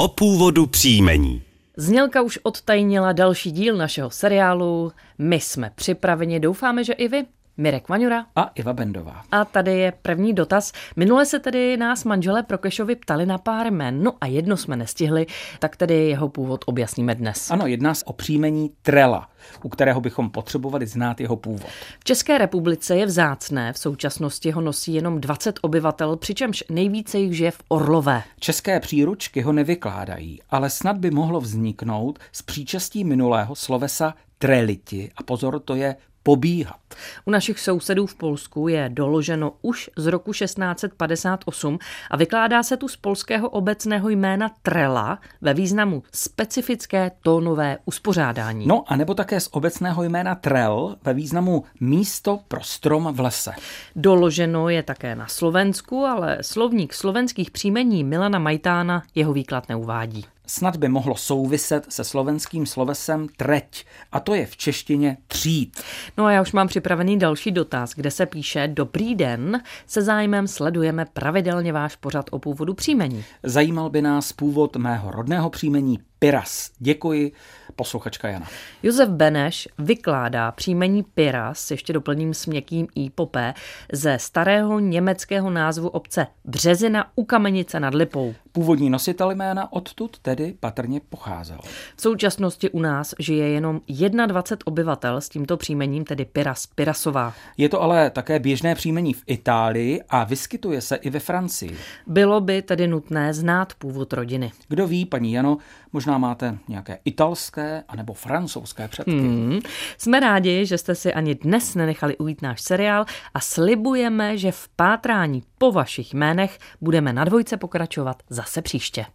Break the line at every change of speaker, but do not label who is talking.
o původu příjmení.
Znělka už odtajnila další díl našeho seriálu. My jsme připraveni, doufáme, že i vy. Mirek Vaňura.
A Iva Bendová.
A tady je první dotaz. Minule se tedy nás manželé Prokešovi ptali na pár jmen, no a jedno jsme nestihli, tak tedy jeho původ objasníme dnes.
Ano, jedná se o příjmení Trela, u kterého bychom potřebovali znát jeho původ.
V České republice je vzácné, v současnosti ho nosí jenom 20 obyvatel, přičemž nejvíce jich žije v Orlové.
České příručky ho nevykládají, ale snad by mohlo vzniknout z příčestí minulého slovesa treliti. A pozor, to je pobíhat.
U našich sousedů v Polsku je doloženo už z roku 1658 a vykládá se tu z polského obecného jména trela ve významu specifické tónové uspořádání.
No a nebo také z obecného jména trel ve významu místo pro strom v lese.
Doloženo je také na Slovensku, ale slovník slovenských příjmení Milana Majtána jeho výklad neuvádí
snad by mohlo souviset se slovenským slovesem treť, a to je v češtině třít.
No a já už mám připravený další dotaz, kde se píše Dobrý den, se zájmem sledujeme pravidelně váš pořad o původu příjmení.
Zajímal by nás původ mého rodného příjmení Piras. Děkuji, posluchačka Jana.
Josef Beneš vykládá příjmení Piras, ještě doplním s měkkým i po P, ze starého německého názvu obce Březina u Kamenice nad Lipou.
Původní nositel jména odtud tedy patrně pocházel.
V současnosti u nás žije jenom 21 obyvatel s tímto příjmením, tedy Piras Pirasová.
Je to ale také běžné příjmení v Itálii a vyskytuje se i ve Francii.
Bylo by tedy nutné znát původ rodiny.
Kdo ví, paní Jano, možná možná máte nějaké italské anebo francouzské předky.
Hmm. Jsme rádi, že jste si ani dnes nenechali ujít náš seriál a slibujeme, že v pátrání po vašich jménech budeme na dvojce pokračovat zase příště.